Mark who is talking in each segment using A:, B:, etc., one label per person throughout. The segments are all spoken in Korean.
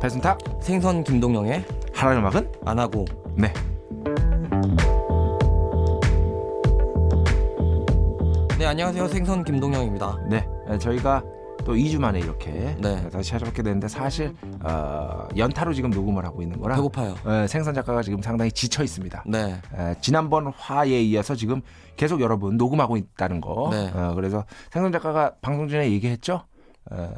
A: 배순탁
B: 생선 김동영의
A: 하라는 음악은
B: 안 하고
A: 네
B: 네 안녕하세요 생선 김동영입니다.
A: 네, 에, 저희가 또 2주 만에 이렇게
B: 네.
A: 다시 찾아뵙게 됐는데 사실 어, 연타로 지금 녹음을 하고 있는 거라
B: 배고파요.
A: 에, 생선 작가가 지금 상당히 지쳐 있습니다.
B: 네
A: 에, 지난번 화에 이어서 지금 계속 여러분 녹음하고 있다는 거.
B: 네.
A: 어, 그래서 생선 작가가 방송 전에 얘기했죠. 어,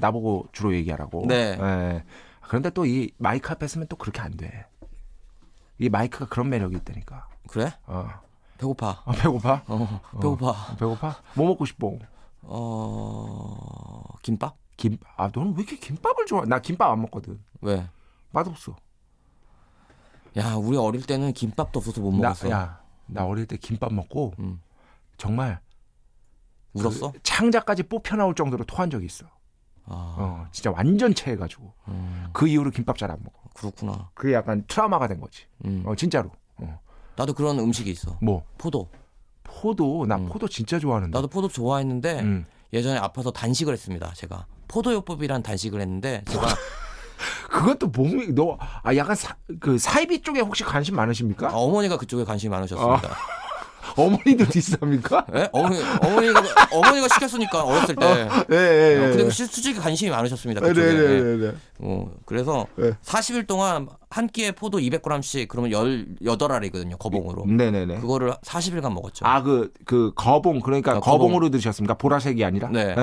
A: 나보고 주로 얘기하라고.
B: 네.
A: 에, 그런데 또 이 마이크 앞에 쓰면 또 그렇게 안 돼. 이 마이크가 그런 매력이 있다니까.
B: 그래
A: 어.
B: 배고파.
A: 어, 배고파?
B: 어 배고파.
A: 배고파? 뭐 먹고 싶어?
B: 어 김밥
A: 김, 아, 너는 왜 이렇게 김밥을 좋아해? 나 김밥 안 먹거든.
B: 왜?
A: 맛없어.
B: 야 우리 어릴 때는 김밥도 없어서 못
A: 나,
B: 먹었어.
A: 야, 나 어릴 때 김밥 먹고
B: 음.
A: 정말
B: 울었어?
A: 그 창자까지 뽑혀 나올 정도로 토한 적이 있어.
B: 아
A: 어, 진짜 완전 체해가지고
B: 음,
A: 그 이후로 김밥 잘 안 먹어.
B: 그렇구나.
A: 그게 약간 트라우마가 된 거지.
B: 음.
A: 어, 진짜로. 어.
B: 나도 그런 음식이 있어.
A: 뭐
B: 포도.
A: 포도 나 포도 진짜 좋아하는데.
B: 음. 나도 포도 좋아했는데
A: 음.
B: 예전에 아파서 단식을 했습니다. 제가 포도요법이란 단식을 했는데 제가
A: 그것도 몸이 너아 약간 사, 그 사이비 쪽에 혹시 관심 많으십니까?
B: 아, 어머니가 그쪽에 관심이 많으셨습니다.
A: 어. 머니도 디스합니까?
B: 예? 어머니, 어머니가 어머니가 시켰으니까 어렸을 때.
A: 예,
B: 어,
A: 예,
B: 근데 시- 솔직히 관심이 많으셨습니다.
A: 예.
B: 그쪽에.
A: 네네네네.
B: 어, 그래서
A: 네.
B: 40일 동안 한 끼에 포도 200g씩 그러면 18알이거든요. 거봉으로.
A: 네네네.
B: 그거를 40일간
A: 음.
B: 먹었죠.
A: 아 그 그 거봉 그러니까
B: 아, 거봉.
A: 거봉. 으로 드셨습니까? 보라색이 아니라.
B: 네.
A: 예, 예,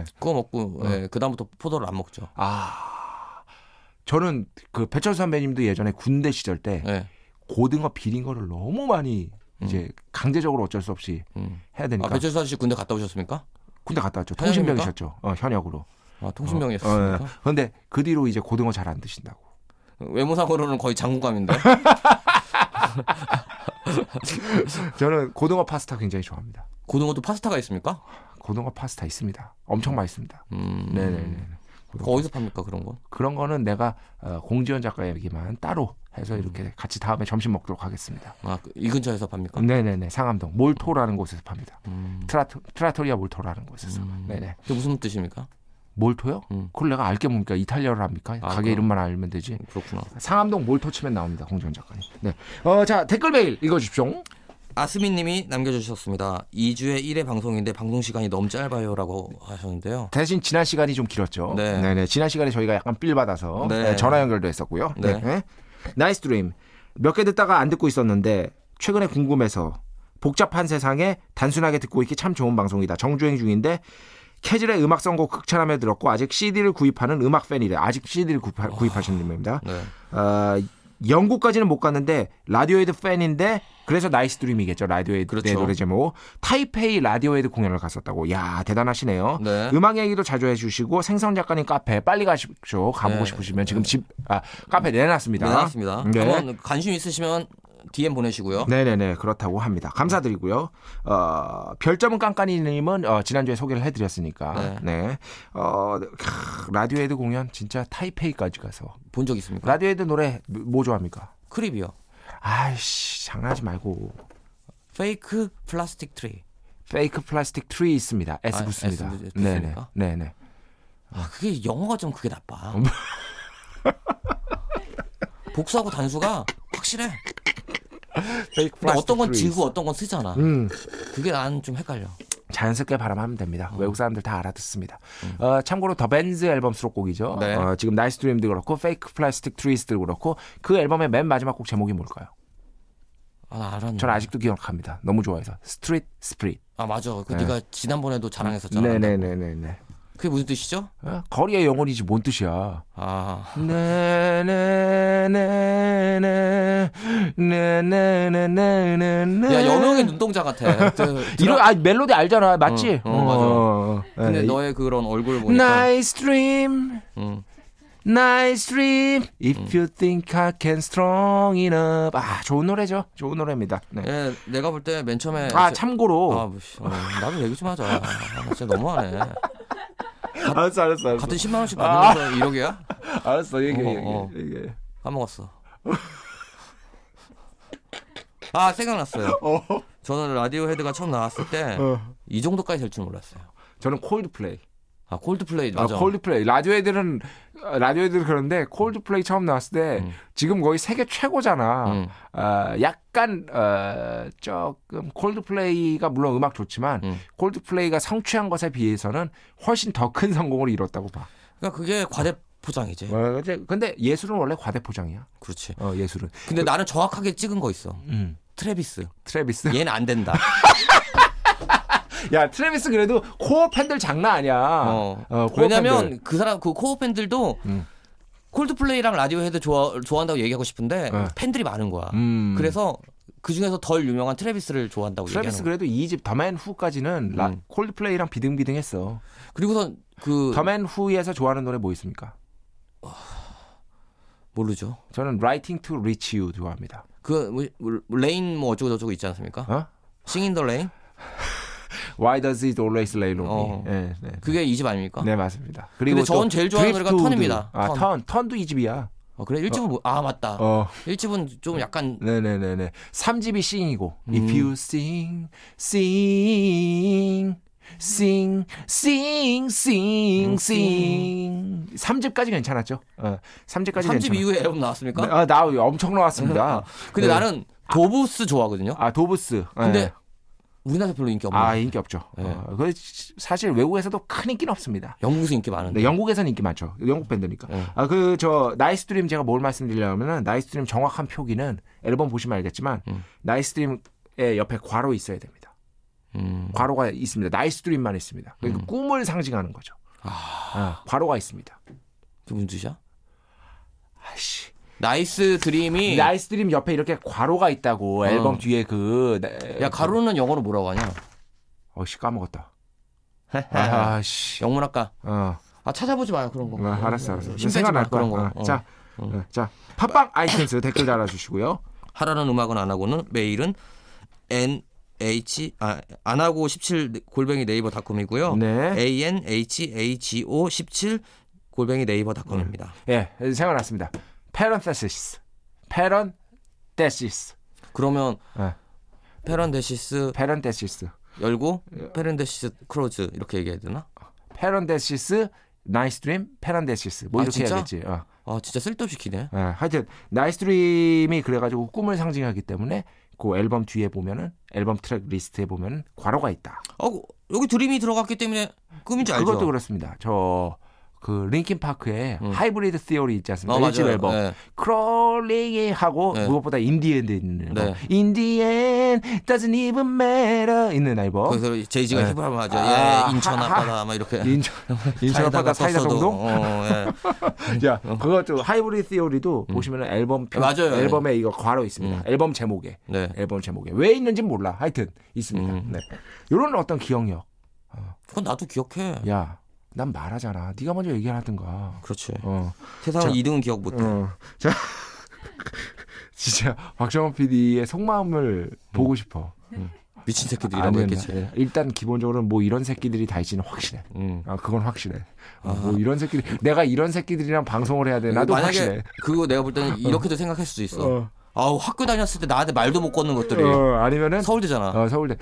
A: 예.
B: 그거 먹고 예, 그다음부터 포도를 안 먹죠.
A: 아 저는 그 배철수 선배님도 예전에 군대 시절 때
B: 예.
A: 고등어 비린 거를 너무 많이 이제 강제적으로 어쩔 수 없이
B: 음.
A: 해야
B: 아,
A: 되니까
B: 배철수 아저씨 군대 갔다 오셨습니까?
A: 군대 갔다 왔죠.
B: 현역입니까?
A: 통신병이셨죠. 어, 현역으로.
B: 아,
A: 어, 예.
B: 통신병이었습니까?
A: 그런데 그 뒤로 이제 고등어 잘 안 드신다고.
B: 외모상으로는 거의 장군감인데.
A: 저는 고등어 파스타 굉장히 좋아합니다.
B: 고등어도 파스타가 있습니까?
A: 고등어 파스타 있습니다. 엄청 맛있습니다.
B: 음.
A: 네네네.
B: 그거 어디서 팝니까 그런 건?
A: 그런 거는 내가 어, 공지현 작가 얘기만 따로 해서 이렇게 같이 다음에 점심 먹도록 하겠습니다.
B: 아, 그이 근처에서 팝니까?
A: 네네네 상암동 몰토라는 곳에서 팝니다.
B: 음.
A: 트라토, 트라토리아 몰토라는 곳에서.
B: 음.
A: 네네.
B: 그게 무슨 뜻입니까?
A: 몰토요?
B: 음.
A: 그걸 내가 알게 뭡니까? 이탈리아를 합니까?
B: 아,
A: 가게
B: 그럼.
A: 이름만 알면 되지.
B: 그렇구나.
A: 상암동 몰토 치면 나옵니다. 공지현 작가님. 네. 어, 자 댓글 메일 읽어주십시오.
B: 아스미님이 남겨주셨습니다. 2주에 1회 방송인데 방송 시간이 너무 짧아요라고 하셨는데요.
A: 대신 지난 시간이 좀 길었죠.
B: 네.
A: 네 지난 시간에 저희가 약간 삘 받아서
B: 네.
A: 네, 전화 연결도 했었고요.
B: 네.
A: 나이스 드림. 몇 개 듣다가 안 듣고 있었는데 최근에 궁금해서 복잡한 세상에 단순하게 듣고 있기 참 좋은 방송이다. 정주행 중인데 캐즐의 음악 선곡 극찬하며 들었고 아직 CD를 구입하는 음악 팬이래. 아직 CD를 구입하, 구입하신 분입니다.
B: 네.
A: 어, 영국까지는 못 갔는데 라디오헤드 팬인데 그래서 나이스 드림이겠죠 라디오헤드
B: 그렇죠.
A: 노래 제목 타이페이 라디오헤드 공연을 갔었다고 야 대단하시네요
B: 네.
A: 음악 얘기도 자주 해주시고 생선 작가님 카페 빨리 가십시오 가보고
B: 네.
A: 싶으시면 지금 집 아 카페 내놨습니다
B: 내놨습니다.
A: 네.
B: 한번 관심 있으시면 DM 보내시고요.
A: 네네네 그렇다고 합니다. 감사드리고요. 어, 별점은 깐깐이님은 어, 지난주에 소개를 해드렸으니까 네. 어, 캬, 라디오헤드 공연 진짜 타이페이까지 가서
B: 본 적 있습니까?
A: 라디오헤드 노래 뭐 좋아합니까?
B: 크립이요.
A: 아이씨 장난하지 말고
B: 페이크 플라스틱 트리.
A: 페이크 플라스틱 트리 있습니다. S
B: 아,
A: 붙습니다.
B: S 붙-
A: 네네.
B: 붙습니까?
A: 네네.
B: 아 그게 영어가 좀 그게 나빠. 복수하고 단수가 확실해.
A: 페이크
B: 근데 어떤 건 지고 어떤 건 쓰잖아.
A: 음.
B: 그게 난 좀 헷갈려.
A: 자연스럽게 발음하면
B: 어.
A: 됩니다. 외국 사람들 다 알아듣습니다. 어, 참고로 더 벤즈 앨범 수록곡이죠.
B: 음. 네.
A: 어, 지금 나이스 드림도 그렇고 페이크 플라스틱 트리스도 그렇고 그 앨범의 맨 마지막 곡 제목이 뭘까요?
B: 음. 아, 나 알았네.
A: 저는 아직도 기억합니다. 너무 좋아해서 스트릿 스프릿.
B: 아 맞아. 그
A: 네.
B: 네. 가 지난번에도 자랑했었잖아.
A: 네네네네네.
B: 그게 무슨 뜻이죠?
A: 어? 거리의 영혼이지 뭔 뜻이야?
B: 아
A: 네네네네 네네네네네.
B: 야 여명의 눈동자 같아. 저-
A: 이런 아 멜로디 알잖아 맞지?
B: 어, 어, 맞아.
A: 어, 어.
B: 근데
A: 예.
B: 너의 그런 얼굴 보니까
A: Nice dream,
B: 음.
A: nice dream. If you think I can strong enough. 아 좋은 노래죠. 좋은 노래입니다. 네.
B: 예, 내가 볼 때 맨 처음에
A: 아
B: 제- 아,
A: 참고로
B: 뭐, 씨, 어, 나도 얘기 좀 하자. 아, 나 진짜 너무하네.
A: 알았어 알았어 알았어
B: 같은 10만 원씩
A: 아.
B: 받으면서 이러게야?
A: 알았어 얘기해
B: 어, 어.
A: 얘기해 얘기해.
B: 까먹었어. 아 생각났어요.
A: 어.
B: 저는 라디오 헤드가 처음 나왔을 때 이
A: 어.
B: 정도까지 될 줄 몰랐어요.
A: 저는 콜드플레이.
B: 아 콜드플레이
A: 아,
B: 맞아.
A: 콜드플레이. 라디오애들은 라디오애들 그런데 콜드플레이 처음 나왔을 때
B: 음.
A: 지금 거의 세계 최고잖아.
B: 음.
A: 어, 약간 어, 조금 콜드플레이가 물론 음악 좋지만
B: 음.
A: 콜드플레이가 성취한 것에 비해서는 훨씬 더 큰 성공을 이뤘다고 봐.
B: 그러니까 그게 과대 포장이지.
A: 어, 근데- 근데 예술은 원래 과대포장이야.
B: 그렇지.
A: 어, 예술은.
B: 근데 나는 정확하게 찍은 거 있어.
A: 음.
B: 트래비스.
A: 트래비스.
B: 얘는 안 된다.
A: 야, 트래비스 그래도 코어 팬들 장난 아니야.
B: 예. 어.
A: 어, 코어 팬들.
B: 왜냐면 그 사람 그 코어 팬들도
A: 음.
B: 콜드플레이랑 라디오헤드 좋아 좋아한다고 얘기하고 싶은데
A: 네.
B: 팬들이 많은 거야.
A: 음.
B: 그래서 그 중에서 덜 유명한 트래비스를 좋아한다고
A: 트래비스
B: 얘기하는 거야.
A: 그래도 2집 더맨 후까지는 라-
B: 음.
A: 콜드플레이랑 비등비등했어.
B: 그리고선 그
A: 더맨 후에서 좋아하는 노래 뭐 있습니까?
B: 모르죠.
A: 저는 Writing to Reach You 좋아합니다.
B: 그 뭐, 뭐, 레인 뭐 어쩌고 저쩌고 있지 않습니까?
A: 어?
B: 싱인 더 레인
A: Why does it always rain on me?
B: 어.
A: 예, 네.
B: 그게 이 집 아닙니까?
A: 네, 맞습니다.
B: 근데
A: 그리고
B: 전
A: 또
B: 제일
A: Drift
B: 좋아하는 노래가
A: to
B: 턴입니다.
A: Do. 아,
B: 턴.
A: 턴. 턴도 2집이야.
B: 어, 그래 1집은 아 맞다.
A: 어.
B: 일 1집은 좀 약간
A: 네네네네. 3집이 싱이고
B: 음.
A: If you sing, sing, sing, sing,
B: 음,
A: sing, sing 3집까지 괜찮았죠? 어, 3집까지
B: 3집 음.
A: 괜찮아.
B: 이후에 앨범 나왔습니까?
A: 아, 나 엄청 나왔습니다.
B: 근데
A: 네.
B: 나는 도브스 좋아하거든요.
A: 아, 도브스.
B: 근데
A: 네.
B: 우리나라에서 별로 인기 없는
A: 아,
B: 아,
A: 인기 없죠.
B: 네.
A: 어, 그 사실 외국에서도 큰 인기는 없습니다.
B: 영국에서 인기 많은데.
A: 네, 영국에서는 인기 많죠. 영국 밴드니까.
B: 네.
A: 아, 그, 저, 나이스 드림 제가 뭘 말씀드리려면은, 나이스 드림 정확한 표기는 앨범 보시면 알겠지만,
B: 음.
A: 나이스 드림의 옆에 괄호 있어야 됩니다.
B: 음.
A: 괄호가 있습니다. 나이스 드림만 있습니다. 그러니까 꿈을 상징하는 거죠.
B: 아,
A: 아, 괄호가 있습니다.
B: 그게 무슨 뜻이야?
A: 아씨.
B: 나이스 드림이
A: 나이스 드림 옆에 이렇게 괄호가 있다고,
B: 어.
A: 앨범 뒤에 그, 나-
B: 야 가로는 영어로 뭐라고 하냐?
A: 어, 씨, 까먹었다. 아, 씨.
B: 영문학과.
A: 어,
B: 아 찾아보지 마요 그런 거.
A: 아, 알았어, 알았어.
B: 힘 빼지 마
A: 생각날 거야.
B: 그런 거.
A: 어,
B: 어.
A: 자, 어, 자, 팟빵 아이튠스 댓글 달아주시고요.
B: 하라는 음악은 안 하고는 메일은 n h 아안 하고 17 골뱅이 네이버닷컴이고요.
A: 네.
B: a n h a g o 17 골뱅이 네이버닷컴입니다.
A: 예, 생각났습니다. 페런테시스. 페런테시스.
B: 그러면
A: 예,
B: 네. 페런데시스
A: 페런테시스.
B: 열고
A: 예.
B: 페런데시스 크로즈 이렇게 얘기해야 되나?
A: 페런테시스 나이스 드림 페런테시스. 뭐
B: 아,
A: 이렇게
B: 진짜?
A: 해야겠지. 어.
B: 아 진짜 쓸데없이 기네.
A: 예, 하여튼 나이스 드림이 그래 가지고 꿈을 상징하기 때문에 그 앨범 뒤에 보면은 앨범 트랙 리스트에 보면 괄호가 있다.
B: 어 여기 드림이 들어갔기 때문에 꿈인지 알죠?
A: 그것도 그렇습니다. 저 그 링킨 파크의 하이브리드 시어리 있지 않습니까?
B: 음. 어,
A: 일집
B: 맞아요.
A: 앨범.
B: 네.
A: 크롤링이 하고
B: 네.
A: 무엇보다 인디엔드 있는
B: 네.
A: 앨범. 인디엔 doesn't even matter 있는 앨범.
B: 거기서 제이지가
A: 네.
B: 힙합을 하죠.
A: 아,
B: 예, 인천
A: 하-
B: 앞바다 막 이렇게.
A: 인천 인천
B: 사이다가
A: 앞바다 사이다
B: 떴어도,
A: 정동.
B: 어, 예.
A: 야, 그것도 하이브리드 시어리도 보시면 앨범 표,
B: 음. 맞아요. 음.
A: 앨범에 이거 괄호 있습니다. 앨범 제목에
B: 네.
A: 앨범 제목에 왜 있는지 몰라. 하여튼 있습니다.
B: 음.
A: 네. 이런 어떤 기억력.
B: 그건 나도 기억해.
A: 야, 난 말하잖아. 네가 먼저 얘기하든가.
B: 그렇지.
A: 어,
B: 세상은 2등은 기억 못해.
A: 어, 자, 진짜 박정원 PD의 속마음을 보고 싶어.
B: 미친 새끼들이라고
A: 아니면,
B: 했겠지.
A: 예, 일단 기본적으로는 뭐 이런 새끼들이 다 있지는 확실해.
B: 음.
A: 아, 그건 확실해. 아, 뭐 이런 새끼들, 내가 이런 새끼들이랑 방송을 해야 돼. 나도
B: 만약에
A: 확실해.
B: 그거 내가 볼 때는 이렇게도 생각할 수도 있어.
A: 어.
B: 아우 학교 다녔을 때 나한테 말도 못 거는 것들이
A: 어, 아니면은
B: 서울대잖아.
A: 어, 서울대.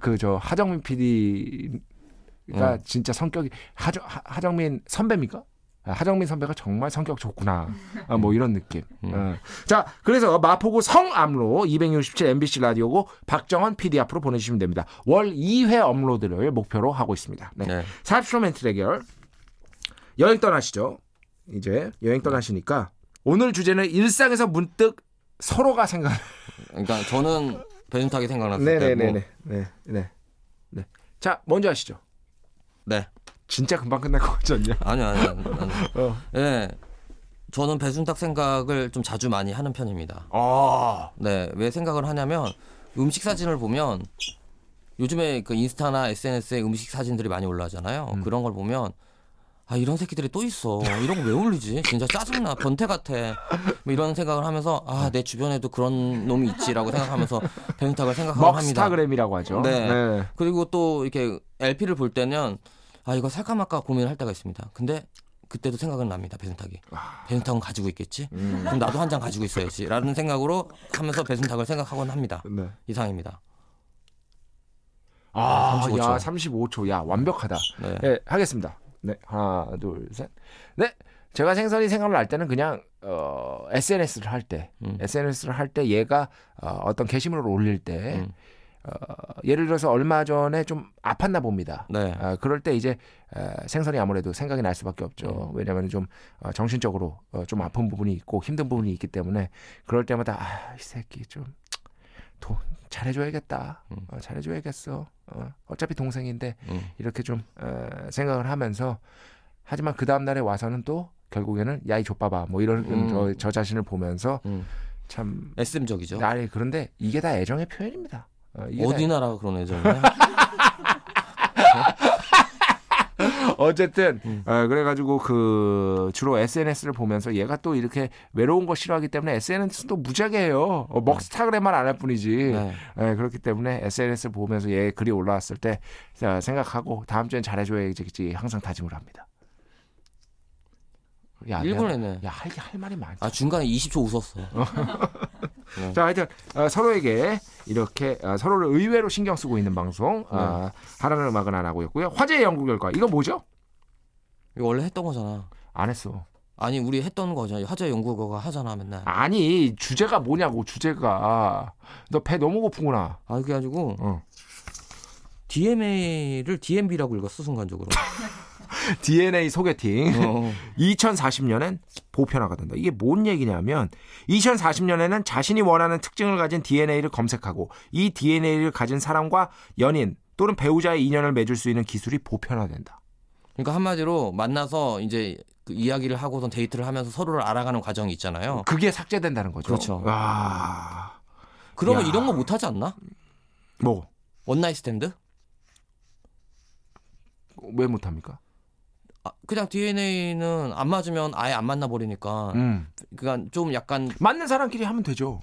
A: 그 저 하정민 PD가 진짜 성격이 하정 하- 하정민 선배입니까? 아, 하정민 선배가 정말 성격 좋구나. 아, 뭐 이런 느낌. 어. 자, 그래서 마포구 성암로 267 MBC 라디오고 박정원 PD 앞으로 보내주시면 됩니다. 월 2회 업로드를 목표로 하고 있습니다. 네.
B: 네.
A: 40초 멘트 대결. 여행 떠나시죠. 이제 여행 떠나시니까 오늘 주제는 일상에서 문득 서로가 생각
B: 그러니까 저는 배준탁이 생각났을 때. 뭐,
A: 네네네네. 네, 네. 네. 자, 먼저 하시죠.
B: 네.
A: 진짜 금방 끝날 것 같지 않냐?
B: 아니요, 아니요. 나는.
A: 어.
B: 예. 저는 배순탁 생각을 좀 자주 많이 하는 편입니다.
A: 아.
B: 네. 왜 생각을 하냐면 음식 사진을 보면 요즘에 그 인스타나 SNS에 음식 사진들이 많이 올라오잖아요.
A: 음.
B: 그런 걸 보면 아 이런 새끼들이 또 있어. 이런 거 왜 올리지? 진짜 짜증나. 변태 같아. 뭐 이런 생각을 하면서 아 내 주변에도 그런 놈이 있지라고 생각하면서 배순탁을 생각하고 합니다.
A: 먹스타그램이라고 하죠.
B: 네. 그리고 또 이렇게 LP를 볼 때는 아 이거 살까 말까 고민을 할 때가 있습니다. 근데 그때도 생각은 납니다. 배순탁이.
A: 아.
B: 배순탁은 가지고 있겠지.
A: 음.
B: 그럼 나도 한 장 가지고 있어야지라는 생각으로 하면서 배순탁을 생각하곤 합니다.
A: 네.
B: 이상입니다.
A: 아,
B: 35초.
A: 야, 35초. 야, 완벽하다.
B: 네.
A: 예, 하겠습니다. 네, 하나, 둘, 셋. 네, 제가 생선이 생각을 할 때는 그냥 어, SNS를 할 때,
B: 음.
A: SNS를 할 때 얘가 어, 어떤 게시물을 올릴 때,
B: 음.
A: 어, 예를 들어서 얼마 전에 좀 아팠나 봅니다.
B: 네.
A: 아, 그럴 때 이제 에, 생선이 아무래도 생각이 날 수밖에 없죠.
B: 네.
A: 왜냐하면 좀 어, 정신적으로 어, 좀 아픈 부분이 있고 힘든 부분이 있기 때문에 그럴 때마다 아, 이 새끼 좀 도, 잘해줘야겠다.
B: 음.
A: 어, 잘해줘야겠어. 어, 어차피 동생인데
B: 음.
A: 이렇게 좀 어, 생각을 하면서 하지만 그 다음 날에 와서는 또 결국에는 야이 좆바바 뭐 이런
B: 음.
A: 저, 저 자신을 보면서
B: 음.
A: 참
B: SM적이죠.
A: 나를 그런데 이게 다 애정의 표현입니다. 어, 아, 이게 다
B: 어디 나라가 그런 애정이야?
A: 어쨌든
B: 음.
A: 어, 그래가지고 그 주로 SNS를 보면서 얘가 또 이렇게 외로운 거 싫어하기 때문에 SNS도 무지하게 해요. 어, 먹스타그램만 안 할 뿐이지.
B: 네.
A: 예, 그렇기 때문에 SNS 를 보면서 얘 글이 올라왔을 때 자, 생각하고 다음 주엔 잘해줘야겠지 항상 다짐을 합니다. 야, 내가-
B: 일본 애네.
A: 야, 할, 할 말이 많지.
B: 아 중간에 20초 웃었어.
A: 자, 하여튼 어, 서로에게 이렇게 어, 서로를 의외로 신경 쓰고 있는 방송 아,
B: 네.
A: 하라는 음악은 안 하고 있고요. 화제의 연구 결과 이거 뭐죠?
B: 이거 원래 했던 거잖아.
A: 안 했어.
B: 아니 우리 했던 거잖아. 화재 연구가 하잖아 맨날.
A: 아니 주제가 뭐냐고 주제가 너 배 너무 고프구나
B: 아 그게 가지고
A: 어.
B: DMA를 DMB라고 읽었어 순간적으로.
A: DNA 소개팅
B: 어.
A: 2040년엔 보편화가 된다 이게 뭔 얘기냐면 2040년에는 자신이 원하는 특징을 가진 DNA를 검색하고 이 DNA를 가진 사람과 연인 또는 배우자의 인연을 맺을 수 있는 기술이 보편화된다
B: 그러니까 한마디로 만나서 이제 그 이야기를 하고선 데이트를 하면서 서로를 알아가는 과정이 있잖아요.
A: 그게 삭제된다는 거죠
B: 그렇죠.
A: 와...
B: 그러면
A: 야.
B: 이런 거 못 하지 않나?
A: 뭐왜
B: 원나잇 스탠드?
A: 못합니까?
B: 아, 그냥 DNA는 안 맞으면 아예 안 만나 버리니까.
A: 음.
B: 그러니까 좀 약간
A: 맞는 사람끼리 하면 되죠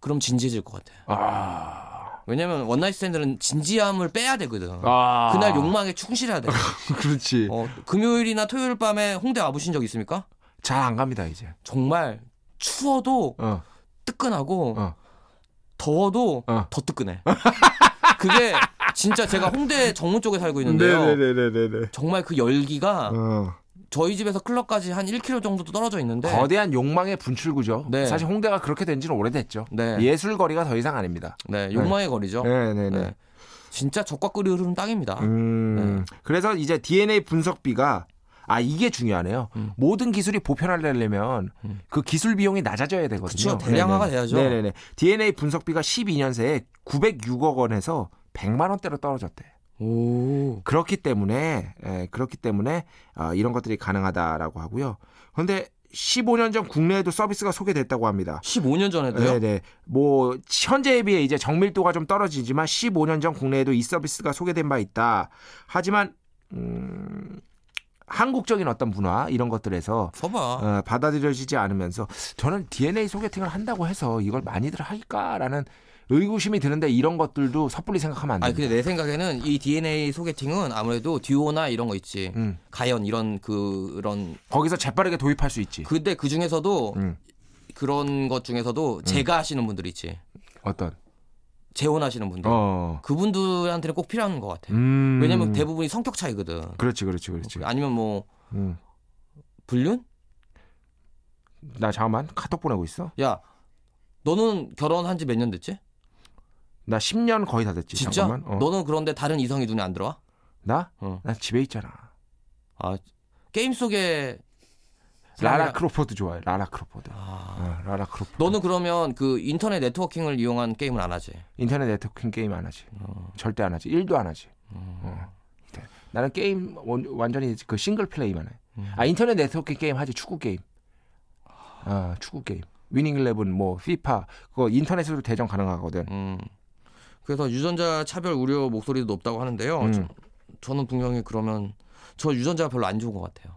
B: 그럼 진지해질 것 같아.
A: 아...
B: 왜냐면 원나잇 스탠드는 진지함을 빼야 되거든.
A: 아...
B: 그날 욕망에 충실해야 돼.
A: 그렇지
B: 어, 금요일이나 토요일 밤에 홍대 와보신 적 있습니까?
A: 잘 안 갑니다 이제
B: 정말 추워도
A: 어.
B: 뜨끈하고
A: 어.
B: 더워도
A: 어.
B: 더 뜨끈해. 그게 진짜 제가 홍대 정문 쪽에 살고 있는데요.
A: 네네네네네.
B: 정말 그 열기가
A: 어.
B: 저희 집에서 클럽까지 한 1km 정도 떨어져 있는데
A: 거대한 욕망의 분출구죠.
B: 네.
A: 사실 홍대가 그렇게 된 지는 오래됐죠.
B: 네.
A: 예술 거리가 더 이상 아닙니다.
B: 네, 욕망의 거리죠.
A: 네네네.
B: 네. 진짜 적과 끓이 흐르는 땅입니다.
A: 음,
B: 네.
A: 그래서 이제 DNA 분석비가 아 이게 중요하네요.
B: 음.
A: 모든 기술이 보편화되려면 그 기술 비용이 낮아져야 되거든요.
B: 그쵸, 대량화가
A: 네네.
B: 돼야죠.
A: 네네네. DNA 분석비가 12년새에 906억 원에서 100만 원대로 떨어졌대.
B: 오.
A: 그렇기 때문에 에, 그렇기 때문에 아, 이런 것들이 가능하다라고 하고요. 그런데 15년 전 국내에도 서비스가 소개됐다고 합니다.
B: 15년 전에도요?
A: 네네. 뭐 현재에 비해 이제 정밀도가 좀 떨어지지만 15년 전 국내에도 이 서비스가 소개된 바 있다. 하지만 음, 한국적인 어떤 문화 이런 것들에서
B: 서봐.
A: 어, 받아들여지지 않으면서 저는 DNA 소개팅을 한다고 해서 이걸 많이들 할까라는 의구심이 드는데 이런 것들도 섣불리 생각하면 안
B: 아니
A: 됩니다.
B: 근데 내 생각에는 이 DNA 소개팅은 아무래도 듀오나 이런 거 있지.
A: 음.
B: 가연 이런 그런
A: 거기서 재빠르게 도입할 수 있지.
B: 근데 그 중에서도
A: 음.
B: 그런 것 중에서도 제가 하시는 분들 있지.
A: 어떤?
B: 재혼하시는 분들.
A: 어.
B: 그분들한테는 꼭 필요한 것 같아. 요
A: 음.
B: 왜냐면 대부분이 성격 차이거든.
A: 그렇지, 그렇지, 그렇지.
B: 아니면 뭐
A: 음.
B: 불륜?
A: 나 잠깐만 카톡 보내고 있어.
B: 야, 너는 결혼한 지 몇 년 됐지?
A: 나 10년 거의 다 됐지.
B: 진짜?
A: 잠깐만. 어.
B: 너는 그런데 다른 이성이 눈에 안 들어와?
A: 나?
B: 어.
A: 난 집에 있잖아.
B: 아, 게임 속에
A: 라라
B: 사람이랑-
A: 크로포드 좋아해. 라라 크로포드.
B: 아,
A: 어, 라라 크로포드.
B: 너는 그러면 그 인터넷 네트워킹을 이용한 게임을 안 하지?
A: 인터넷 네트워킹 게임 안 하지.
B: 어.
A: 절대 안 하지. 일도 안 하지.
B: 음.
A: 어. 네. 나는 게임 원, 완전히 그 싱글 플레이만 해. 아 인터넷 네트워킹 게임 하지. 축구 게임. 아 축구 게임. 위닝 일레븐 뭐 피파 그거 인터넷으로 대전 가능하거든.
B: 음. 그래서 유전자 차별 우려 목소리도 높다고 하는데요.
A: 음.
B: 저, 는 분명히 그러면 저 유전자가 별로 안 좋은 것 같아요.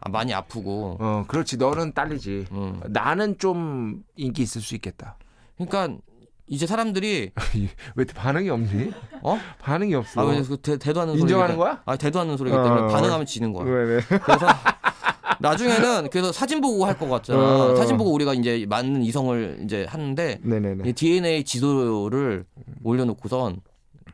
B: 아, 많이 아프고.
A: 어 그렇지. 너는 딸리지.
B: 음.
A: 나는 좀 인기 있을 수 있겠다.
B: 그러니까 이제 사람들이
A: 아, 왜 이렇게 반응이 없니?
B: 어?
A: 반응이 없어.
B: 아, 왜 그 대, 대도 않는
A: 뭐 인정하는
B: 소리기 때문에-
A: 거야?
B: 아, 대도 않는 소리기
A: 어.
B: 때문에 반응하면 지는 거야.
A: 왜, 왜?
B: 그래서 나중에는 그래서 사진 보고 할 것 같잖아.
A: 어.
B: 사진 보고 우리가 이제 맞는 이성을 이제 하는데
A: 네네네.
B: 이 DNA 지도를 올려놓고선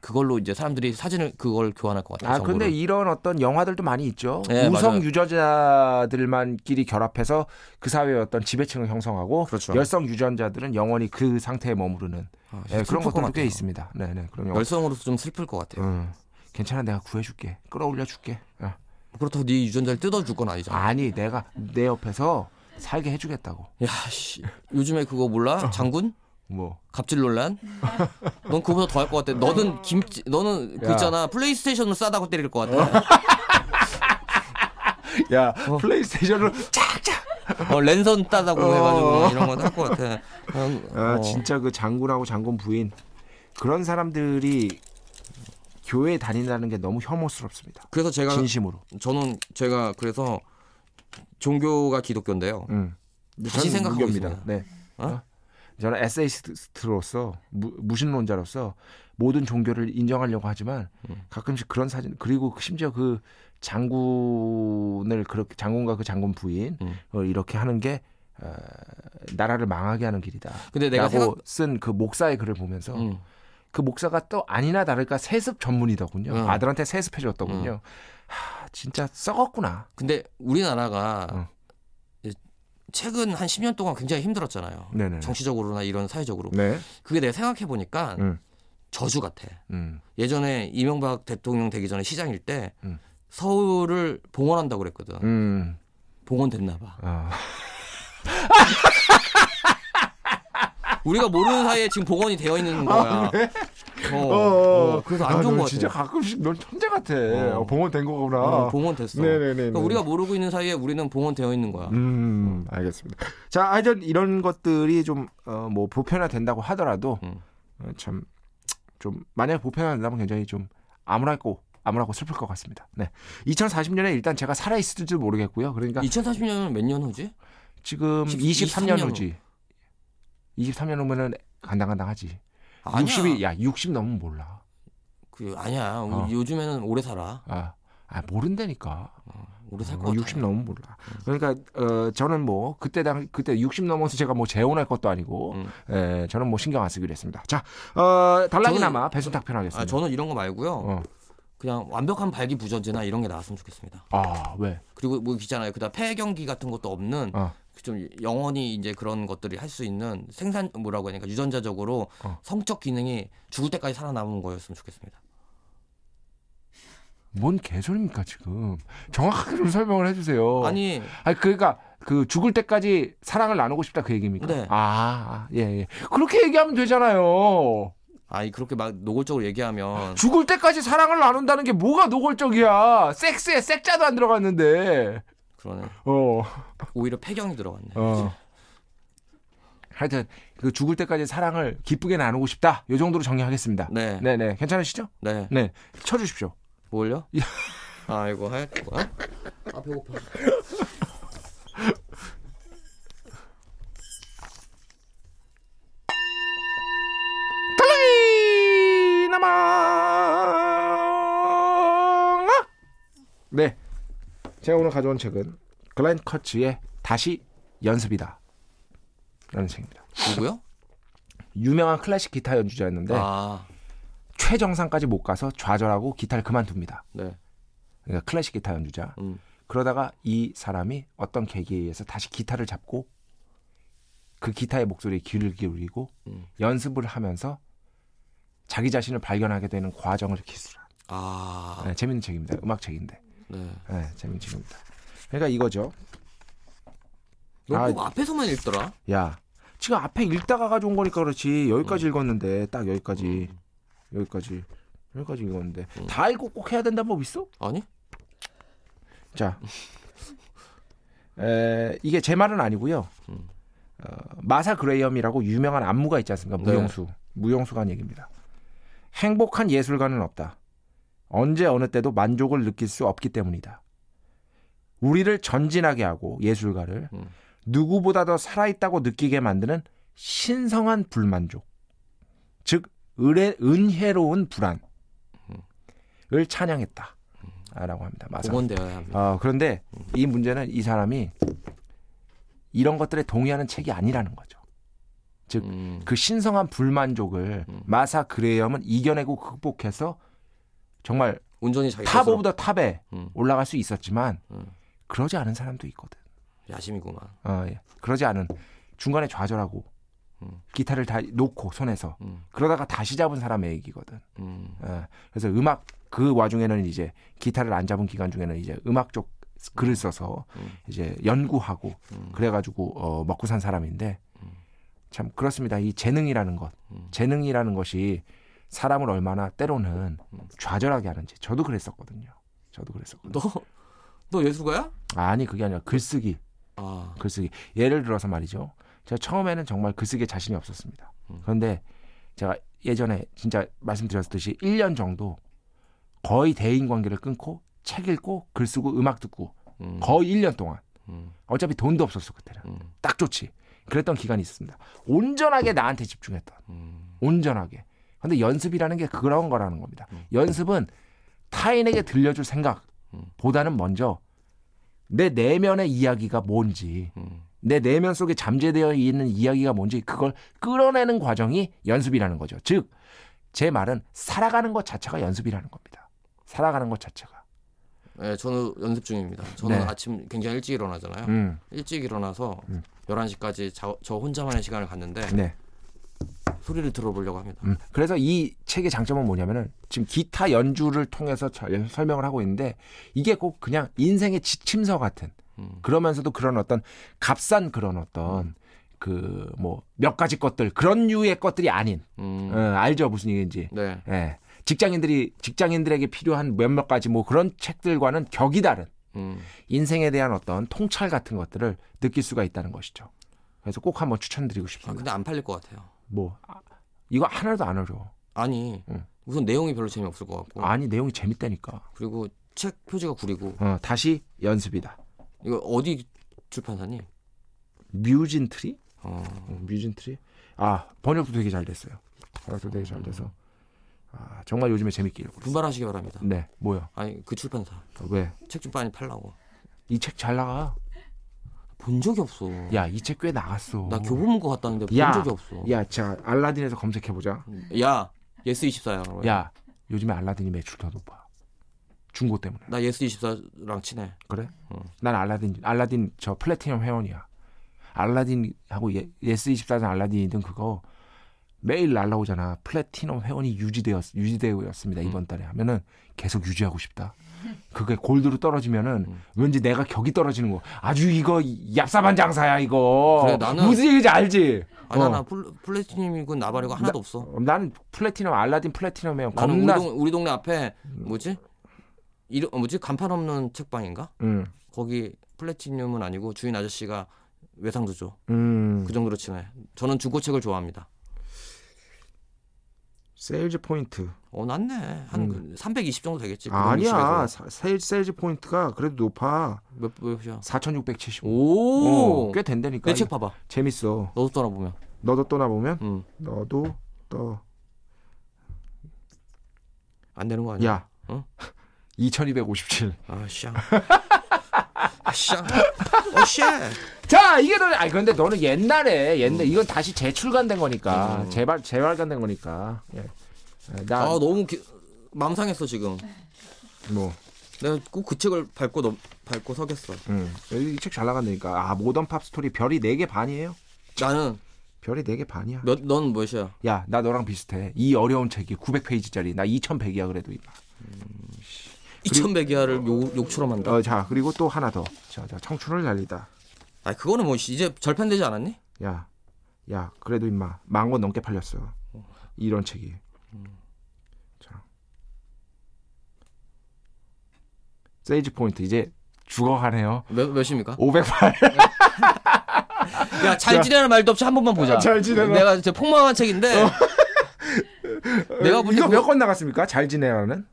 B: 그걸로 이제 사람들이 사진을 그걸 교환할 것 같아요.
A: 아 근데
B: 정보를.
A: 이런 어떤 영화들도 많이 있죠.
B: 네,
A: 우성
B: 맞아요.
A: 유저자들만끼리 결합해서 그 사회의 어떤 지배층을 형성하고
B: 그렇죠.
A: 열성 유전자들은 영원히 그 상태에 머무르는
B: 아,
A: 예,
B: 슬플
A: 그런
B: 것
A: 것들도 꽤
B: 같아요.
A: 있습니다. 네네 그런 영화.
B: 열성으로서 좀 슬플 것 같아요.
A: 음, 괜찮아 내가 구해줄게. 끌어올려줄게. 어.
B: 그렇다고 네 유전자를 뜯어줄 건 아니잖아.
A: 아니 내가 내 옆에서 살게 해주겠다고.
B: 야, 씨. 요즘에 그거 몰라? 장군?
A: 뭐
B: 갑질 논란? 넌 그보다 더 할 것 같아. 너는 김치, 너는 그
A: 야.
B: 있잖아. 플레이스테이션으로 싸다고 때릴 것 같아.
A: 야, 플레이스테이션으로 쫙쫙.
B: 어, 랜선 따다고 해가지고 이런 건 할 것 같아. 그냥,
A: 아,
B: 어,
A: 진짜 그 장군하고 장군 부인 그런 사람들이 교회에 다닌다는 게 너무 혐오스럽습니다.
B: 그래서 제가
A: 진심으로.
B: 저는 제가 그래서 종교가 기독교인데요.
A: 음. 저는
B: 다시 생각하고
A: 무교입니다.
B: 있습니다.
A: 네.
B: 어?
A: 어? 저는 에세이스트로서 무, 무신론자로서 모든 종교를 인정하려고 하지만
B: 음.
A: 가끔씩 그런 사진 그리고 심지어 그 장군을 그렇게 장군과 그 장군 부인을
B: 음.
A: 이렇게 하는 게 어, 나라를 망하게 하는 길이다.
B: 근데 내가
A: 라고
B: 생각-
A: 쓴 그 목사의 글을 보면서
B: 음.
A: 그 목사가 또 아니나 다를까 세습 전문이더군요.
B: 음.
A: 아들한테 세습해줬더군요. 하, 진짜 썩었구나.
B: 근데 우리나라가
A: 어.
B: 이제 최근 한 10년 동안 굉장히 힘들었잖아요.
A: 음. 네네.
B: 음. 정치적으로나 이런 사회적으로.
A: 네.
B: 그게 내가 생각해 보니까
A: 음.
B: 저주 같아.
A: 음.
B: 예전에 이명박 대통령 되기 전에 시장일 때
A: 음.
B: 서울을 봉헌한다고 그랬거든.
A: 음.
B: 봉헌됐나 봐.
A: 어.
B: 우리가 모르는 사이에 지금 봉헌이 되어 있는
A: 아,
B: 거야. 아,
A: 네.
B: 어, 어, 그래서 안 좋은
A: 거
B: 것
A: 진짜
B: 같아.
A: 가끔씩 넌 천재 같아.
B: 어.
A: 어, 봉헌된 거구나.
B: 어, 봉헌됐어.
A: 네네네.
B: 그러니까 우리가 모르고 있는 사이에 우리는 봉헌되어 있는 거야.
A: 음, 알겠습니다. 자, 하여튼 이런 것들이 좀, 어, 뭐, 보편화된다고 하더라도,
B: 음.
A: 어, 참, 좀, 만약에 보편화된다면 굉장히 좀 암울하고, 암울하고 슬플 것 같습니다. 네. 2040년에 일단 제가 살아있을지도 모르겠고요. 그러니까
B: 2040년은 몇 년 후지?
A: 지금 23년 후지. 23년 후면은 간당간당하지.
B: 아니야.
A: 60이, 야, 60 넘으면 몰라.
B: 그 아니야. 우리
A: 어.
B: 요즘에는 오래 살아.
A: 아, 아 모른다니까.
B: 오래 살 것 같아.
A: 60 뭐 넘으면 몰라. 그러니까 어, 저는 뭐 그때 당 그때 60 넘어서 제가 뭐 재혼할 것도 아니고
B: 음.
A: 예, 저는 뭐 신경 안 쓰기로 했습니다. 자, 어, 달락이나마 배순탁 편하겠습니다.
B: 아, 저는 이런 거 말고요.
A: 어.
B: 그냥 완벽한 발기부전제나 이런 게 나왔으면 좋겠습니다.
A: 아, 왜?
B: 그리고 뭐 있잖아요. 그다음 폐경기 같은 것도 없는 그
A: 어.
B: 좀 영원히 이제 그런 것들이 할 수 있는 생산 뭐라고 하니까 유전자적으로
A: 어.
B: 성적 기능이 죽을 때까지 살아남은 거였으면 좋겠습니다.
A: 뭔 개소리입니까 지금? 정확하게 좀 설명을 해주세요.
B: 아니
A: 아니, 그러니까 그 죽을 때까지 사랑을 나누고 싶다 그 얘기입니까?
B: 네.
A: 아, 아, 예, 예. 그렇게 얘기하면 되잖아요.
B: 아니 그렇게 막 노골적으로 얘기하면
A: 죽을 때까지 사랑을 나눈다는 게 뭐가 노골적이야? 섹스에 섹자도 안 들어갔는데.
B: 그러네.
A: 어.
B: 오히려 폐경이 들어갔네.
A: 어. 하여튼 그 죽을 때까지 사랑을 기쁘게 나누고 싶다. 요 정도로 정리하겠습니다.
B: 네. 네.
A: 네, 네. 괜찮으시죠? 네. 쳐 주십시오.
B: 뭘요? 아 이거 할 거야? 아 배고파.
A: 달라이나마. 네. 제가 오늘 가져온 책은 글렌 커츠의 다시 연습이다. 라는 책입니다.
B: 누구요?
A: 유명한 클래식 기타 연주자였는데
B: 아
A: 최정상까지 못 가서 좌절하고 기타를 그만둡니다.
B: 네.
A: 그러니까 클래식 기타 연주자.
B: 음.
A: 그러다가 이 사람이 어떤 계기에 의해서 다시 기타를 잡고 그 기타의 목소리에 귀를 기울이고
B: 음.
A: 연습을 하면서 자기 자신을 발견하게 되는 과정을 기술한
B: 아
A: 네, 재밌는 책입니다. 음악 책인데
B: 네.
A: 네, 재밌는 책입니다. 그러니까 이거죠. 아.
B: 너꼭 앞에서만 읽더라.
A: 야 지금 앞에 읽다가 가져온 거니까 그렇지
B: 음.
A: 여기까지 읽었는데 딱 여기까지 여기까지 여기까지 읽었는데
B: 음.
A: 다 읽고 꼭 해야 된다는 법 있어?
B: 아니?
A: 자, 에, 이게 제 말은 아니고요.
B: 음.
A: 어, 마사 그레이엄이라고 유명한 안무가 있지 않습니까?
B: 네.
A: 무용수, 무용수가 한 얘기입니다. 행복한 예술가는 없다. 언제 어느 때도 만족을 느낄 수 없기 때문이다. 우리를 전진하게 하고 예술가를
B: 음.
A: 누구보다 더 살아있다고 느끼게 만드는 신성한 불만족. 을의 은혜로운 불안을 찬양했다. 라고 합니다. 마사.
B: 복원되어야 합니다.
A: 어, 그런데 이 문제는 이 사람이 이런 것들에 동의하는 책이 아니라는 거죠. 즉,
B: 음,
A: 그 신성한 불만족을
B: 음.
A: 마사 그레이엄은 이겨내고 극복해서 정말
B: 온전히 자기
A: 탑
B: 스스로
A: 오브 더 탑에
B: 음.
A: 올라갈 수 있었지만
B: 음.
A: 그러지 않은 사람도 있거든.
B: 야심이구만.
A: 어, 예. 그러지 않은 중간에 좌절하고
B: 음.
A: 기타를 다 놓고 손에서
B: 음,
A: 그러다가 다시 잡은 사람의 얘기거든.
B: 음.
A: 어, 그래서 음악 그 와중에는 이제 기타를 안 잡은 기간 중에는 이제 음악 쪽 글을 써서
B: 음.
A: 이제 연구하고
B: 음.
A: 그래가지고 어, 먹고 산 사람인데
B: 음.
A: 참 그렇습니다. 이 재능이라는 것,
B: 음.
A: 재능이라는 것이 사람을 얼마나 때로는
B: 음.
A: 좌절하게 하는지 저도 그랬었거든요. 저도 그랬었거든요.
B: 너, 너 예술가야?
A: 아니 그게 아니라 글쓰기,
B: 아,
A: 글쓰기. 예를 들어서 말이죠. 제가 처음에는 정말 글쓰기에 자신이 없었습니다.
B: 음.
A: 그런데 제가 예전에 진짜 말씀드렸듯이 1년 정도 거의 대인 관계를 끊고 책 읽고 글 쓰고 음악 듣고
B: 음,
A: 거의 1년 동안
B: 음,
A: 어차피 돈도 없었어 그때는
B: 음,
A: 딱 좋지 그랬던 기간이 있습니다. 온전하게 나한테 집중했던
B: 음,
A: 온전하게. 근데 연습이라는 게 그런 거라는 겁니다.
B: 음.
A: 연습은 타인에게 들려줄
B: 음.
A: 생각보다는 먼저 내 내면의 이야기가 뭔지,
B: 음.
A: 내 내면 속에 잠재되어 있는 이야기가 뭔지 그걸 끌어내는 과정이 연습이라는 거죠. 즉, 제 말은 살아가는 것 자체가 연습이라는 겁니다. 살아가는 것 자체가.
B: 네, 저는 연습 중입니다. 저는
A: 네.
B: 아침 굉장히 일찍 일어나잖아요.
A: 음,
B: 일찍 일어나서
A: 음.
B: 11시까지 자, 저 혼자만의 시간을 갖는데
A: 네.
B: 소리를 들어보려고 합니다.
A: 음. 그래서 이 책의 장점은 뭐냐면은 지금 기타 연주를 통해서 저- 예, 설명을 하고 있는데 이게 꼭 그냥 인생의 지침서 같은
B: 음,
A: 그러면서도 그런 어떤 값싼 그런 어떤 그 뭐 몇 가지 것들 그런 류의 것들이 아닌
B: 음,
A: 어, 알죠 무슨 얘기인지
B: 네.
A: 예. 직장인들이 직장인들에게 필요한 몇몇 가지 뭐 그런 책들과는 격이 다른
B: 음.
A: 인생에 대한 어떤 통찰 같은 것들을 느낄 수가 있다는 것이죠. 그래서 꼭 한번 추천드리고
B: 아,
A: 싶습니다.
B: 근데 안 팔릴 것 같아요.
A: 뭐 아, 이거 하나도 안 어려워.
B: 아니,
A: 음.
B: 우선 내용이 별로 재미없을 것 같고.
A: 아니 내용이 재밌다니까.
B: 그리고 책 표지가 구리고.
A: 어, 다시 연습이다.
B: 이거 어디 출판사니?
A: 뮤진트리?
B: 어,
A: 어, 뮤진트리? 아 번역도 되게 잘 됐어요. 번역도 되게 잘 돼서 아 정말 요즘에 재밌게 읽고 있어요.
B: 분발하시기 바랍니다.
A: 네 뭐야
B: 아니, 그 출판사.
A: 왜?
B: 책 좀 많이 팔라고.
A: 이 책 잘 나가.
B: 본 적이 없어.
A: 야 이 책 꽤 나갔어.
B: 나 교보문 고 갔다는데 본
A: 야.
B: 적이 없어.
A: 야, 자 알라딘에서 검색해 보자.
B: 야, 예스 24야.
A: 야 요즘에 알라딘이 매출 더 높아. 중고 때문에
B: 나 예스 24랑 친해.
A: 그래?
B: 어.
A: 난 알라딘 알라딘 저 플래티넘 회원이야. 알라딘하고 예, 예스 24든 알라딘이든 그거 매일 날라오잖아. 플래티넘 회원이 유지되었 유지되었습니다 이번 달에 하면은 계속 유지하고 싶다. 그게 골드로 떨어지면은
B: 음.
A: 왠지 내가 격이 떨어지는 거. 아주 이거 얍삽한 장사야 이거.
B: 그래, 나는-
A: 무슨 얘기인지 알지?
B: 아니
A: 어.
B: 나 플- 플래티늄이고 나발이고 하나도 없어.
A: 어, 나는 플래티넘 알라딘 플래티넘 회원
B: 나는
A: 겁나.
B: 우리, 동, 우리 동네 앞에 뭐지? 이름 어, 뭐지? 간판 없는 책방인가?
A: 음.
B: 거기 플래티늄은 아니고 주인 아저씨가 외상도 줘.
A: 음.
B: 그 정도로 친해. 저는 중고책을 좋아합니다.
A: 세일즈 포인트.
B: 어, 낫네. 한 320 정도 되겠지.
A: 음. 아니야. 사- 세일, 세일즈 포인트가 그래도 높아.
B: 몇, 몇이야?
A: 4,675.
B: 오!
A: 어, 꽤 된다니까.
B: 내 책
A: 이-
B: 봐봐.
A: 재밌어.
B: 너도 떠나보면.
A: 너도 떠나보면?
B: 음.
A: 너도 떠.
B: 안 되는 거 아니야?
A: 야.
B: 어?
A: 2257.
B: 아, 샹. 아, 샹. 어, 씨.
A: 자, 이게 너, 아니, 근데 너는 옛날에, 옛날, 이건 다시 재출간된 거니까. 재발, 재발간된 거니까. 예. 예,
B: 아,
A: 나,
B: 너무 기... 맘 상했어, 지금.
A: 뭐,
B: 내가 꼭 그 책을 밟고 넘, 밟고 서겠어.
A: 음. 이책 잘 나간다니까. 아, 모던 팝 스토리 별이 4개 반이에요?
B: 나는
A: 별이 4개 반이야.
B: 몇, 넌 몇이야?
A: 야, 나 너랑 비슷해. 이 어려운 책이 900페이지짜리. 나 2100이야, 그래도. 이봐.
B: 2100이야를 욕, 욕출험한다.
A: 어, 자 그리고 또 하나 더. 자, 자 청춘을 달리다.
B: 아, 그거는 뭐 씨, 이제 절판되지 않았니?
A: 야, 야 그래도 임마 만 권 넘게 팔렸어. 이런 책이. 자, 세이지 포인트 이제 죽어가네요.
B: 몇, 몇입니까?
A: 508.
B: 야, 잘 지내는 말도 없이 한 번만 보자.
A: 잘 지내라. 어.
B: 내가 진짜 폭망한 책인데. 내가 볼 때
A: 이거
B: 그거-
A: 몇 권 나갔습니까? 잘 지내라는?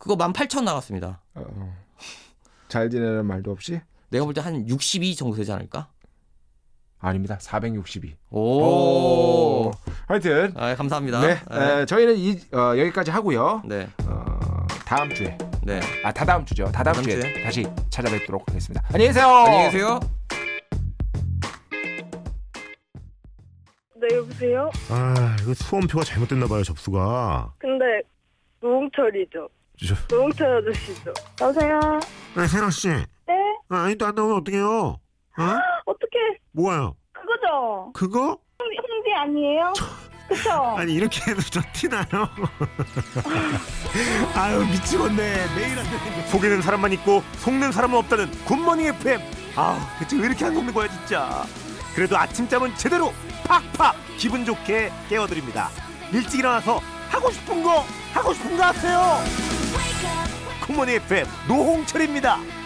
B: 그거 18,000 나갔습니다.
A: 어, 어. 잘 지내라는 말도 없이?
B: 내가 볼 때 한 62 정도 되지 않을까?
A: 아닙니다. 462.
B: 오.
A: 하여튼
B: 아, 감사합니다.
A: 네, 에, 저희는 이, 어, 여기까지 하고요.
B: 네.
A: 어, 다음 주에
B: 네.
A: 아 다다음 주죠. 다다음,
B: 다다음
A: 주에,
B: 주에.
A: 다시 찾아뵙도록 하겠습니다. 안녕히 계세요.
B: 안녕히 계세요.
C: 네, 여보세요?
D: 아, 이거 수험표가 잘못됐나 봐요, 접수가.
C: 근데 노홍철이죠.
D: 저...
C: 노홍철 아저씨죠. 여보세요?
D: 아, 세라 씨.
C: 네?
D: 아, 아직도 안 나오면 어떡해요? 어?
C: 어떻게
D: 뭐예요?
C: 그거죠?
D: 그거?
C: 홍- 홍대 아니에요? 그쵸?
D: 아니, 이렇게 해도 저 티나요? 아유, 미치겠네. 매일 안 되는 거. 속이는 사람만 있고, 속는 사람은 없다는 굿모닝 FM. 아, 대체 왜 이렇게 안 속는 거야, 진짜. 그래도 아침잠은 제대로 팍팍 기분 좋게 깨워드립니다. 일찍 일어나서 하고 싶은 거, 하고 싶은 거 하세요. 굿모닝 FM 노홍철입니다.